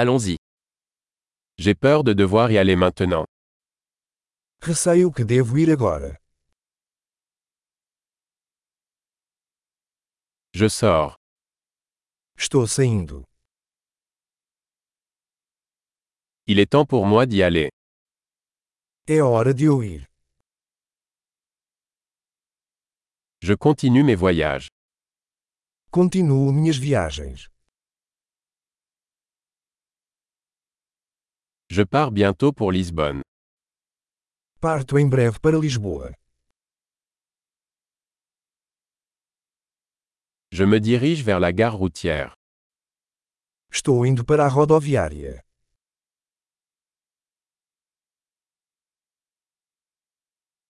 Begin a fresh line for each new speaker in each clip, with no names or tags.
Allons-y. J'ai peur de devoir y aller maintenant.
Receio que devo ir agora.
Je sors.
Estou saindo.
Il est temps pour moi d'y aller.
É hora de eu ir.
Je continue mes voyages.
Continuo minhas viagens.
Je pars bientôt pour Lisbonne.
Parto em breve para Lisboa.
Je me dirige vers la gare routière.
Estou indo para a rodoviária.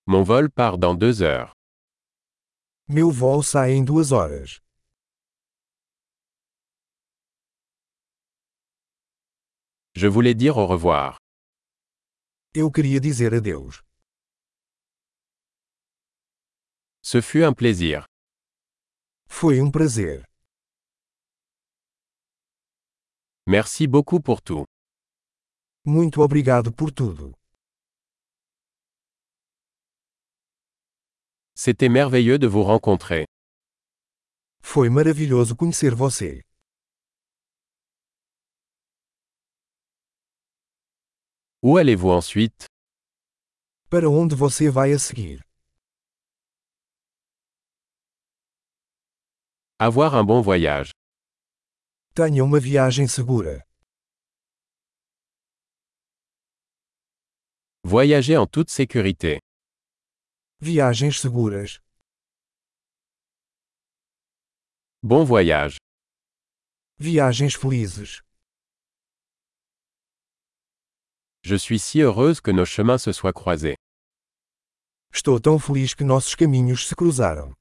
Mon vol part dans deux heures.
Meu voo sai em duas horas.
Je voulais dire au revoir.
Eu queria dizer adeus.
Ce fut un plaisir.
Foi um prazer.
Merci beaucoup pour tout.
Muito obrigado por tudo.
C'était merveilleux de vous rencontrer.
Foi maravilhoso conhecer você.
Où allez-vous ensuite
Para onde você vai a seguir?
Avoir un bon voyage.
Tenha uma viagem segura.
Voyager en toute sécurité.
Viagens seguras.
Bon voyage.
Viagens felizes.
Je suis si heureuse que nos chemins se soient croisés.
Estou tão feliz que nossos caminhos se cruzaram.